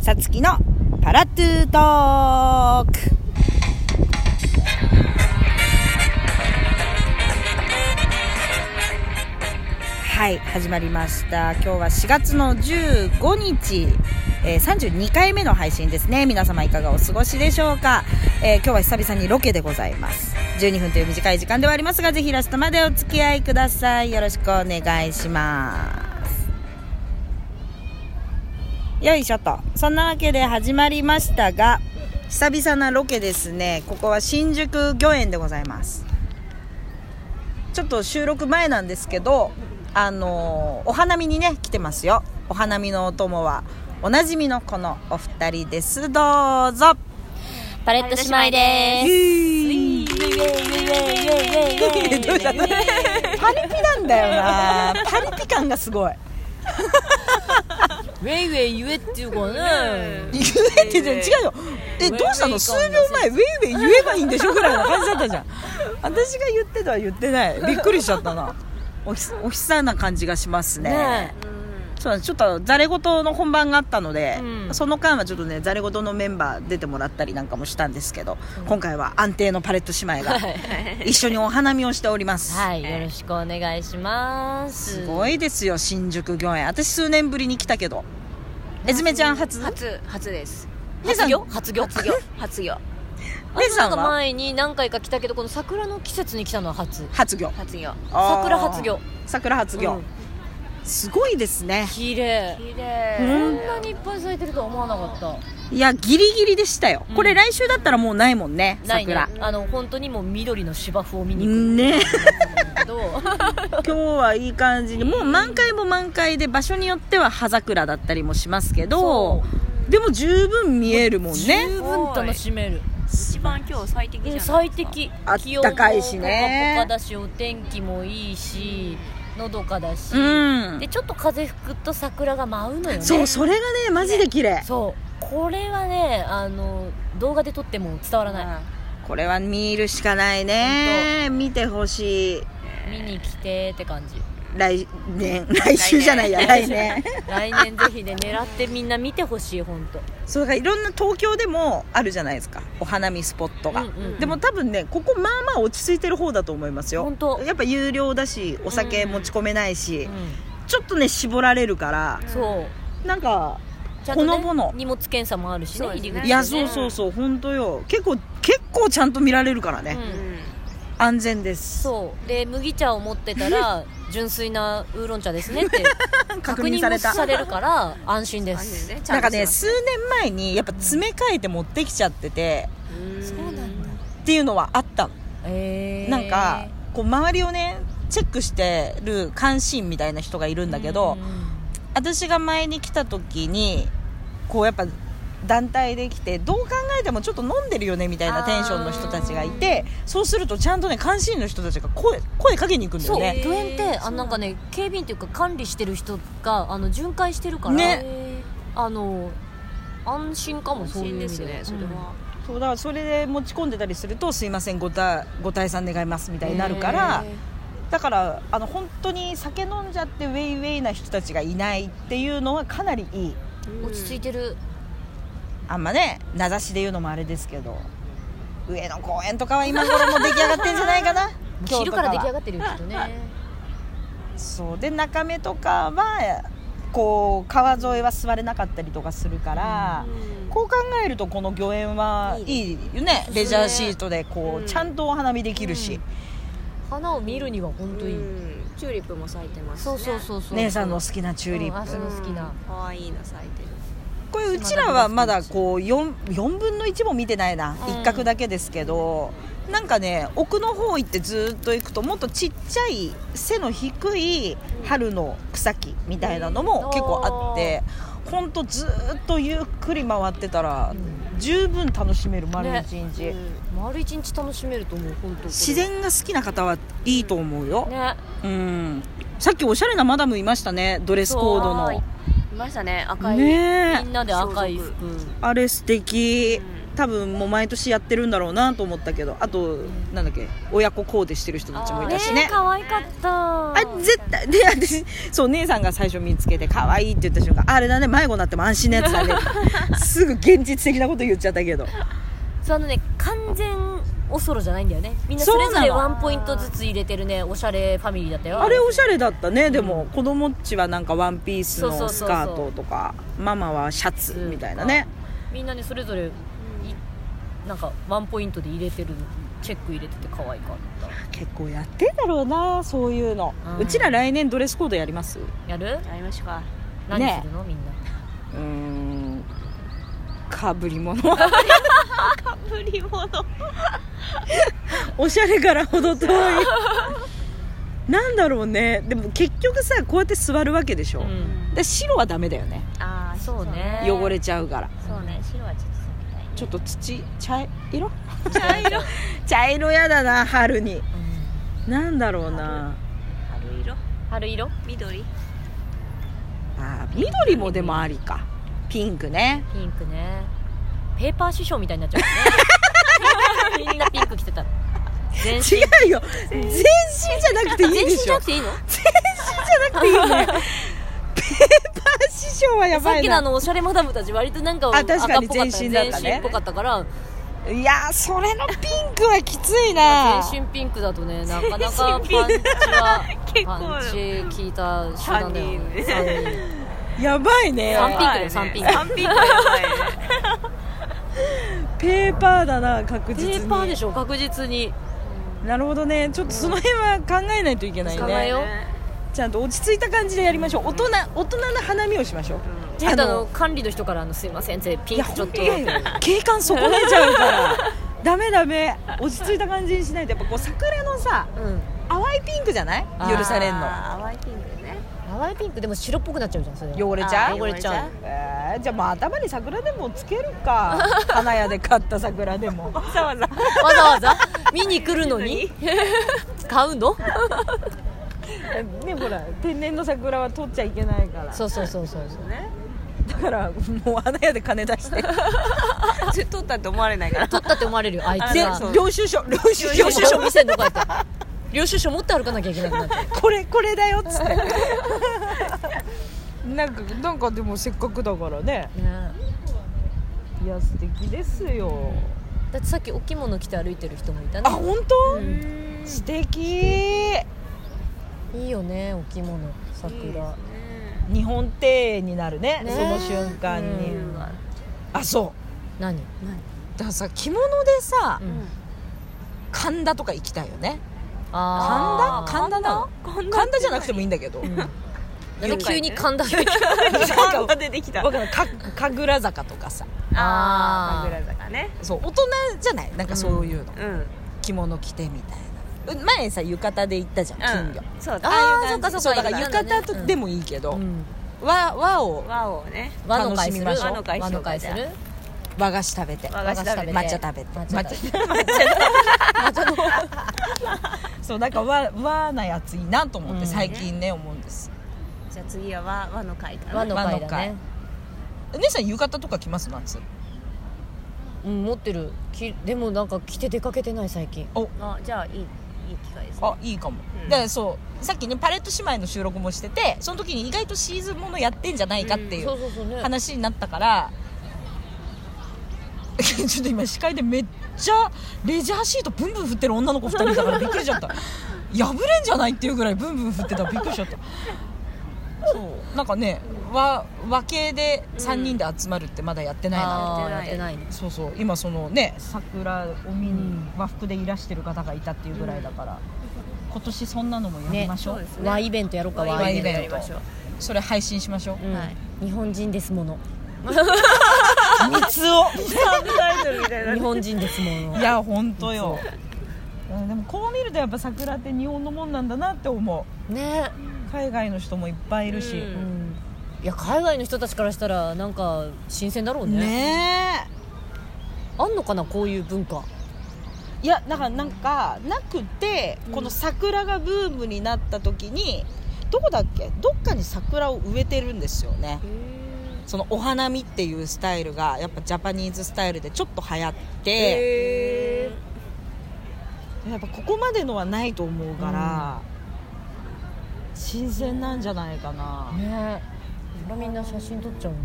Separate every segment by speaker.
Speaker 1: さつきのパラトゥートークはい始まりました今日は4月の15日、えー32回目の配信ですね皆様いかがお過ごしでしょうか、えー今日は久々にロケでございます12分という短い時間ではありますがぜひラストまでお付き合いくださいよろしくお願いしますよいしょとそんなわけで始まりましたが久々なロケですねここは新宿御苑でございますちょっと収録前なんですけどあのーお花見にね来てますよお花見のお供はおなじみのこのお二人ですどうぞ
Speaker 2: パレット姉妹で
Speaker 1: イエーイ
Speaker 2: す。
Speaker 1: どうしたどうしたパリピなんだよなパリピ感がすごい
Speaker 2: ウェイウェイ言えっていうかね。
Speaker 1: 言えって言って違うよえどうしたの数秒前ウェイウェイ言えばいいんでしょぐらいの感じだったじゃん私が言ってたは言って ないびっくりしちゃったなおひおひさな感じがしますね
Speaker 2: ね
Speaker 1: そうなんですちょっとざれ言の本番があったので、
Speaker 2: うん
Speaker 1: その間はちょっとねざれ言のメンバー出てもらったりなんかもしたんですけど、今回は安定のパレット姉妹が一緒にお花見をしております、
Speaker 2: はい、よろしくお願いします。
Speaker 1: すごいですよ新宿御苑私数年ぶりに来たけどえずめちゃん初
Speaker 3: 初初です
Speaker 1: 姉さ
Speaker 2: 初
Speaker 1: ん
Speaker 2: 業初業
Speaker 3: 初業初業
Speaker 1: 姉さん
Speaker 2: なんか
Speaker 1: は
Speaker 2: 前に何回か来たけど、この桜の季節に来たのは初。
Speaker 1: 初業
Speaker 3: 初業
Speaker 1: あー
Speaker 2: 桜初業。
Speaker 1: 桜初業、
Speaker 2: うん
Speaker 1: すごいですね
Speaker 2: 綺麗。
Speaker 3: 綺
Speaker 2: こん
Speaker 3: 麗
Speaker 2: なにいっぱい咲いてるとは思わなかった。
Speaker 1: いやギリギリでしたよ、
Speaker 2: うん
Speaker 1: これ来週だったらもうないもんね
Speaker 2: ないね
Speaker 1: 桜。
Speaker 2: あの、本当にもう緑の芝生を見に行く
Speaker 1: ね
Speaker 2: けど。
Speaker 1: 今日はいい感じにもう満開も満開で場所によっては葉桜だったりもしますけど
Speaker 2: そ
Speaker 1: でも十分見えるもんね
Speaker 2: 十分楽しめる。
Speaker 3: 一番今日最適じゃないですか
Speaker 2: 最適
Speaker 1: あったかいしね
Speaker 2: 気温もポカポカだしお天気もいいしのどかだし、
Speaker 1: うん
Speaker 2: でちょっと風吹くと桜が舞うのよね
Speaker 1: そうそれがねマジで綺麗
Speaker 2: そうこれはねあの動画で撮っても伝わらない、
Speaker 1: これは見るしかないね見てほしい
Speaker 2: 見に来てって感じ
Speaker 1: 来年来週じゃないや来年
Speaker 2: 来年ぜひね狙ってみんな見てほしい本当
Speaker 1: そうだからいろんな東京でもあるじゃないですかお花見スポットが、
Speaker 2: うんうん
Speaker 1: でも多分ねここまあまあ落ち着いてる方だと思いますよ
Speaker 2: 本当
Speaker 1: やっぱ有料だしお酒持ち込めないし、
Speaker 2: う
Speaker 1: ちょっとね絞られるから
Speaker 2: ん、そう
Speaker 1: なんか
Speaker 2: ちゃんと、ね、
Speaker 1: ほのぼの
Speaker 2: 荷物検査もあるしね
Speaker 3: そうですね
Speaker 2: 入り口
Speaker 1: いやそうそうそう本当よ結構結構ちゃんと見られるからね、
Speaker 2: う
Speaker 3: うんん
Speaker 1: 安全です
Speaker 2: そうで麦茶を持ってたら純粋なウーロン茶ですねって
Speaker 1: 確
Speaker 2: 確
Speaker 1: 認
Speaker 2: 認
Speaker 1: さ
Speaker 2: さ
Speaker 1: れた
Speaker 2: れされるから安心です
Speaker 3: 安全ねちゃ
Speaker 1: なん
Speaker 3: ん
Speaker 1: か
Speaker 3: として
Speaker 1: ね
Speaker 3: ます
Speaker 1: 数年前にやっぱ詰め替えて持ってきちゃってて
Speaker 3: うん
Speaker 2: そうなんだ
Speaker 1: っていうのはあったの
Speaker 2: えー、
Speaker 1: なんかこう周りをねチェックしてる監視員みたいな人がいるんだけど、私が前に来た時にこうやっぱ団体で来てどう考えてもちょっと飲んでるよねみたいなテンションの人たちがいてそうするとちゃんとね監視員の人たちが声声かけに行くんだ
Speaker 2: そ
Speaker 1: よ
Speaker 2: う
Speaker 1: ね
Speaker 2: 公園ってあなんかね警備員っていうか管理してる人があの巡回してるから、
Speaker 1: ね
Speaker 2: あの安心かも
Speaker 3: 安
Speaker 2: そういう
Speaker 3: 心
Speaker 2: 意
Speaker 3: で
Speaker 2: 味
Speaker 3: す
Speaker 2: で
Speaker 3: ねそれは
Speaker 1: そうだからそれで持ち込んでたりすると「すいませんごたご退散願います」みたいになるからだからあの本当に酒飲んじゃってウェイウェイな人たちがいないっていうのはかなりいい
Speaker 2: うん落ち着い
Speaker 3: て
Speaker 2: てる、
Speaker 1: あんまね名指しで言うのもあれですけど上野公園とかは今頃もう出来上がってんじゃないかな
Speaker 2: 昼から出来上
Speaker 1: が
Speaker 2: がってるよきっとね
Speaker 1: そうで中目とかはこう川沿いは座れなかったりとかするから、こう考えるとこの御苑はいいよねレジャーシートでこう、
Speaker 3: うん
Speaker 1: ちゃんとお花見できるし、
Speaker 2: 花を見るには本当いい、
Speaker 3: チューリップも咲いてます
Speaker 2: そうそうそうそう
Speaker 1: 姉さんの好きなチューリップ、
Speaker 2: うんあその好きな
Speaker 3: 可愛いの咲いてる
Speaker 1: これうちらはまだこう 4, 4分の1も見てないな、
Speaker 2: うん
Speaker 1: 一角だけですけどなんかね奥の方行ってずっと行くともっとちっちゃい背の低い春の草木みたいなのも結構あって、ほんとずっとゆっくり回ってたら十分楽しめる丸一日、
Speaker 3: うん
Speaker 2: 丸一日楽しめると思う本当
Speaker 1: 自然が好きな方はいいと思うよ、
Speaker 2: ね
Speaker 1: うんさっきおしゃれなマダムいましたねドレスコード
Speaker 2: そう
Speaker 1: の
Speaker 3: いましたね赤い
Speaker 1: ねえ
Speaker 2: みんなで赤い服
Speaker 1: あれ素敵
Speaker 3: うん
Speaker 1: 多分もう毎年やってるんだろうなと思ったけどあとなんだっけ親子コーデしてる人たちもいたしね
Speaker 2: え可愛かった
Speaker 1: あ絶対で私そう姉さんが最初見つけて可愛いって言った瞬間あれだね迷子になっても安心なやつだ ねすぐ現実的なこと言っちゃったけど
Speaker 2: そうあのね完全おそろじゃないんだよねみんなそれぞ
Speaker 1: そう
Speaker 2: れ
Speaker 1: なの
Speaker 2: ワンポイントずつ入れてるねおしゃれファミリーだったよ
Speaker 1: あれおしゃれだったねでも、子供っちはなんかワンピース
Speaker 2: そうそ
Speaker 1: の
Speaker 2: う
Speaker 1: ス
Speaker 2: そうそう
Speaker 1: カートとかママはシャツみたいなね
Speaker 2: みんなねそれぞれいなんかワンポイントで入れてるチェック入れてて可愛かった
Speaker 1: 結構やってんだろうなそういうの、
Speaker 2: うん
Speaker 1: うちら来年ドレスコードやります
Speaker 2: やる
Speaker 3: やりましょうか
Speaker 2: 何するの、みんな
Speaker 1: うーんかぶり物
Speaker 3: かぶり物
Speaker 1: おしゃれからほ ど遠いなんだろうねでも結局さこうやって座るわけでしょ、
Speaker 2: うん
Speaker 1: で白はダメだよね
Speaker 3: ああ
Speaker 2: そうね
Speaker 1: 汚れちゃうから
Speaker 3: そうね白はちょっと
Speaker 1: ちょっと土茶色
Speaker 3: 冷たい茶色
Speaker 1: 茶色やだな春に
Speaker 2: うん
Speaker 1: なんだろうな
Speaker 3: 春色
Speaker 2: 春色
Speaker 3: 緑
Speaker 1: あー緑もでもありかピンクね
Speaker 2: ピンクねペーパー師匠みたいになっちゃう ねみんなピンク着てた全身
Speaker 1: 違うよ全身じゃなくていい
Speaker 2: 全
Speaker 1: で
Speaker 2: 身じ
Speaker 1: しょ
Speaker 2: ゃなくていいの
Speaker 1: 全身 じゃなくていいねペーパー師匠はや
Speaker 2: さ
Speaker 1: ば
Speaker 2: っ
Speaker 1: い
Speaker 2: きのあ
Speaker 1: な
Speaker 2: のおしゃれマダムたち割となんか
Speaker 1: あ確かに
Speaker 2: 赤っぽった
Speaker 1: 全身だったね
Speaker 2: 全身っぽかったから
Speaker 1: いやーそれのピンクはきついな
Speaker 2: 全身ピンクだとねなかなかパンチは
Speaker 3: 結構
Speaker 2: パンチ効いた集団だよね 3
Speaker 1: やばいね
Speaker 2: 人3ピンクだよ3ピンク
Speaker 3: 三ピンクやばいね
Speaker 1: ペーパーだな確
Speaker 2: ペ
Speaker 1: 実に
Speaker 2: ーパーでしょ確実に
Speaker 1: なるほどねちょっとその辺は考えないといけないね
Speaker 2: 考えよう
Speaker 1: ちゃんと落ち着いた感じでやりましょう大人大人の花見をしましょう、
Speaker 2: ちょっとあの管理の人からあの「すいませんぜピ
Speaker 1: い
Speaker 2: ン
Speaker 1: や
Speaker 2: クちょっ
Speaker 1: 本
Speaker 2: と
Speaker 1: 当に景観損ねちゃうからダメダメ落ち着いた感じにしないとやっぱこう桜のさ
Speaker 2: うん
Speaker 1: 淡いピンクじゃない
Speaker 2: あー
Speaker 1: 許されんの
Speaker 3: あー淡いピンクね
Speaker 2: 淡いピンクでも白っぽくなっちゃうじゃんそれ
Speaker 1: 汚れちゃ
Speaker 3: あ
Speaker 1: う
Speaker 3: ー
Speaker 2: 汚れちゃう
Speaker 1: えーじゃあまあ頭に桜でもつけるか花屋で買った桜でも
Speaker 3: わざわざ
Speaker 2: わざわざ見に来るのに 買うの
Speaker 1: ねほら天然の桜は取っちゃいけないから
Speaker 2: そうそうそうそうそう
Speaker 3: ね
Speaker 1: だからもう花屋で金出 して
Speaker 3: 取ったって思われないから
Speaker 2: 取ったって思われるよあいつ
Speaker 1: で
Speaker 2: が
Speaker 3: そう
Speaker 1: 領収書領収書
Speaker 2: 領収書見せんのかって領収書持って歩かなきゃいけなくなって
Speaker 1: これこれだよっつって なんかなんかでもせっかくだからね
Speaker 2: ね
Speaker 1: いや素敵ですよ
Speaker 2: だってさっきお着物着て歩いてる人もいた
Speaker 1: あ
Speaker 2: ね
Speaker 1: 本当、
Speaker 3: うん
Speaker 1: 素敵
Speaker 2: いいよねお着物桜
Speaker 1: 日本庭園になるね
Speaker 2: ね
Speaker 1: その瞬間に、
Speaker 2: うん
Speaker 1: あそう
Speaker 2: 何
Speaker 1: だからさ着物でさ、
Speaker 2: うん
Speaker 1: 神田とか行きたいよね神
Speaker 2: あ
Speaker 1: 田
Speaker 2: ー
Speaker 1: 神田なの
Speaker 3: こんな
Speaker 1: 神田じゃなくてもいいんだけど、
Speaker 2: う ん
Speaker 1: なん
Speaker 2: なんで急に神田が
Speaker 3: 神
Speaker 1: か
Speaker 3: 田出てきた
Speaker 1: わかんないか神楽坂とかさ
Speaker 2: あー
Speaker 3: 神楽坂ね
Speaker 1: そう大人じゃないなんかそういうの、
Speaker 3: うん
Speaker 1: 着物着てみたいなう前さ浴衣で行ったじゃん、金魚
Speaker 3: そう
Speaker 2: あー
Speaker 3: い感じ
Speaker 1: そうだ
Speaker 2: そ
Speaker 1: か
Speaker 2: う
Speaker 1: ら
Speaker 2: だ
Speaker 1: 浴衣と
Speaker 2: うん
Speaker 1: でもいいけど、
Speaker 2: うん
Speaker 1: 和和を
Speaker 3: 和をね
Speaker 2: 和の会する
Speaker 1: 楽しみましょう
Speaker 2: 和の会する
Speaker 1: 和菓子食べて
Speaker 3: 和菓子食べて
Speaker 1: 抹茶食べて
Speaker 2: 抹茶食べて
Speaker 1: 抹茶の そうなんか和和なやついいなと思って、
Speaker 2: うん
Speaker 1: 最近ね思うんです
Speaker 3: じゃあ次は和和の会か
Speaker 2: 和
Speaker 3: な
Speaker 2: の会だね
Speaker 1: 姉さん浴衣とか着ます夏
Speaker 2: うん持ってるきでもなんか着て出かけてない最近
Speaker 3: あじゃあいいいい機会ですね
Speaker 1: あいいかも、
Speaker 3: うん
Speaker 1: でそうさっきねパレット姉妹の収録もしててその時に意外とシーズンものやってんじゃないかってい
Speaker 2: そう
Speaker 1: う
Speaker 2: そうそうね
Speaker 1: 話になったから、 ちょっと今視界でめっちゃレジャーシートブンブン振ってる女の子2人だからびっくりしちゃった破れんじゃないっていうぐらいブンブン振ってたびっくりしちゃったそうなんかね和和系で3人で集まるってまだやってないな、
Speaker 2: あー
Speaker 3: や
Speaker 2: や
Speaker 3: っ
Speaker 2: ってて
Speaker 3: な
Speaker 2: ないね
Speaker 1: そうそう今そのね桜を見に和服でいらしてる方がいたっていうぐらいだから、今年そんなのもやりましょう,、
Speaker 3: ねそうです
Speaker 2: 和イベントやろうか
Speaker 1: 和
Speaker 2: 和
Speaker 1: イベ
Speaker 2: イ
Speaker 1: ン
Speaker 2: ベ
Speaker 1: ト
Speaker 2: ン
Speaker 3: やりましょう
Speaker 1: それ配信しましょう
Speaker 2: トうん
Speaker 3: はい
Speaker 2: 日本人です もの
Speaker 1: 三つを
Speaker 3: サブタイトルみたい
Speaker 2: 日本人ですもの
Speaker 1: いや本当ようんでもこう見るとやっぱ桜って日本のもんなんだなって思
Speaker 2: ね
Speaker 1: う海外の人もいっぱいいるし、
Speaker 3: う
Speaker 2: うんいや海外の人たちからしたらなんか新鮮だろうね
Speaker 1: ね
Speaker 2: あんのかなこういう文化
Speaker 1: えいやだからなんかなくてこの桜がブームになった時にどこだっけどっかに桜を植えてるんですよねそのお花見っていうスタイルがやっぱジャパニーズスタイルでちょっと流行って、
Speaker 3: え
Speaker 1: やっぱここまでのはないと思うから、新鮮なんじゃないかな、
Speaker 2: ねえみんな写真撮っちゃうね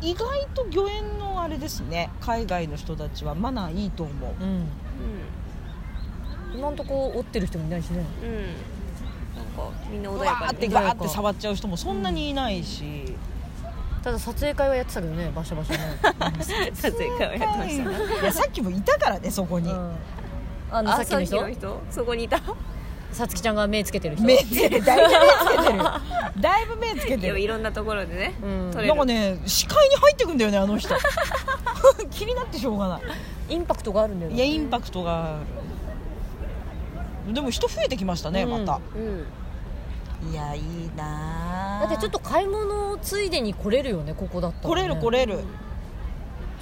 Speaker 1: 意外と御苑のあれですね海外の人たちはマナーいいと思う
Speaker 2: うん今んとこ折ってる人もいないしね
Speaker 3: うんうんなんかみんな穏
Speaker 1: う
Speaker 3: や
Speaker 1: わ
Speaker 3: か
Speaker 1: ーっ
Speaker 3: に
Speaker 1: て ガーって触っちゃう人もそんなにいないし、
Speaker 2: ただ撮影会はやってたけどねバシャバシャね、
Speaker 3: 撮影会をやってました
Speaker 1: いやさっきもいたから ねそこに、
Speaker 2: うんあの
Speaker 3: あ
Speaker 2: さっきの人
Speaker 3: そこにいた
Speaker 2: さつきちゃんが目つけてる人
Speaker 1: 目つけてるだいぶ目つけてるだいぶ目つけ
Speaker 3: い
Speaker 1: て
Speaker 3: やい
Speaker 1: る
Speaker 3: ろんなところでね
Speaker 2: うん
Speaker 3: 撮れ
Speaker 1: な
Speaker 3: る
Speaker 1: んかね視界に入ってくんだよねあの人 気になってしょうがない
Speaker 2: インパクトがあるんだよ
Speaker 1: いやインパクトがあるでも人増えてきましたね、
Speaker 2: うん
Speaker 1: ま
Speaker 3: うん
Speaker 1: たいやいいな
Speaker 2: だってちょっと買い物ついでに来れるよねここだった
Speaker 1: 来
Speaker 2: ら、ね、
Speaker 1: れる来れる、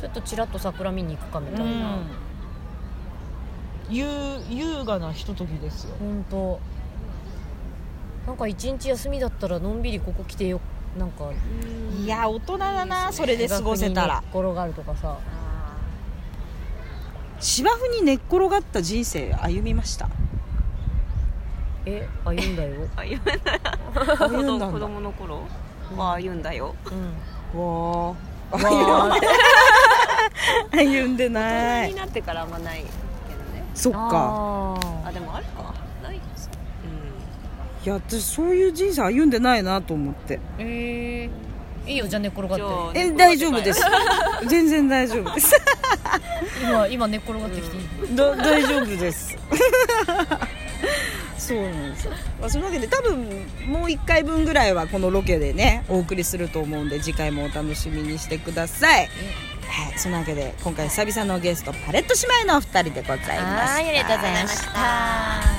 Speaker 2: ちょっとちらっと桜見に行くかみたいな、
Speaker 1: ゆ優雅なひとときですよ
Speaker 2: 本当なんか一日休みだったらのんびりここ来てよなんか
Speaker 1: いや大人だなそれで過ごせたら
Speaker 2: 芝生に寝っ転がるとかさ
Speaker 1: 芝生に寝っ転がった人生歩みました
Speaker 2: え歩んだ よ
Speaker 3: あ言わない
Speaker 1: 歩んだん
Speaker 3: 子
Speaker 1: だわ
Speaker 3: 供の頃は言うんだよ
Speaker 2: うん
Speaker 1: ー
Speaker 2: わあ
Speaker 1: 歩んでな
Speaker 3: 大人
Speaker 1: い
Speaker 3: になってからあんまないけどね
Speaker 1: そっか
Speaker 3: あ
Speaker 2: あ
Speaker 3: でもあるかないです
Speaker 1: いや私そういう人生歩んでないなと思って
Speaker 2: ーえー、いいよじゃあ寝っ転
Speaker 3: じゃ
Speaker 2: がっ
Speaker 3: あ
Speaker 1: え大丈夫です 全然大丈夫です
Speaker 2: て今今寝っ転がってきていい、
Speaker 1: だ大丈夫です そうなんですよまあそのわけで多分もう1回分ぐらいはこのロケでねお送りすると思うんで次回もお楽しみにしてください、はい、そのわけで今回久々のゲストパレット姉妹のお二人でございました
Speaker 2: はいありがとうございました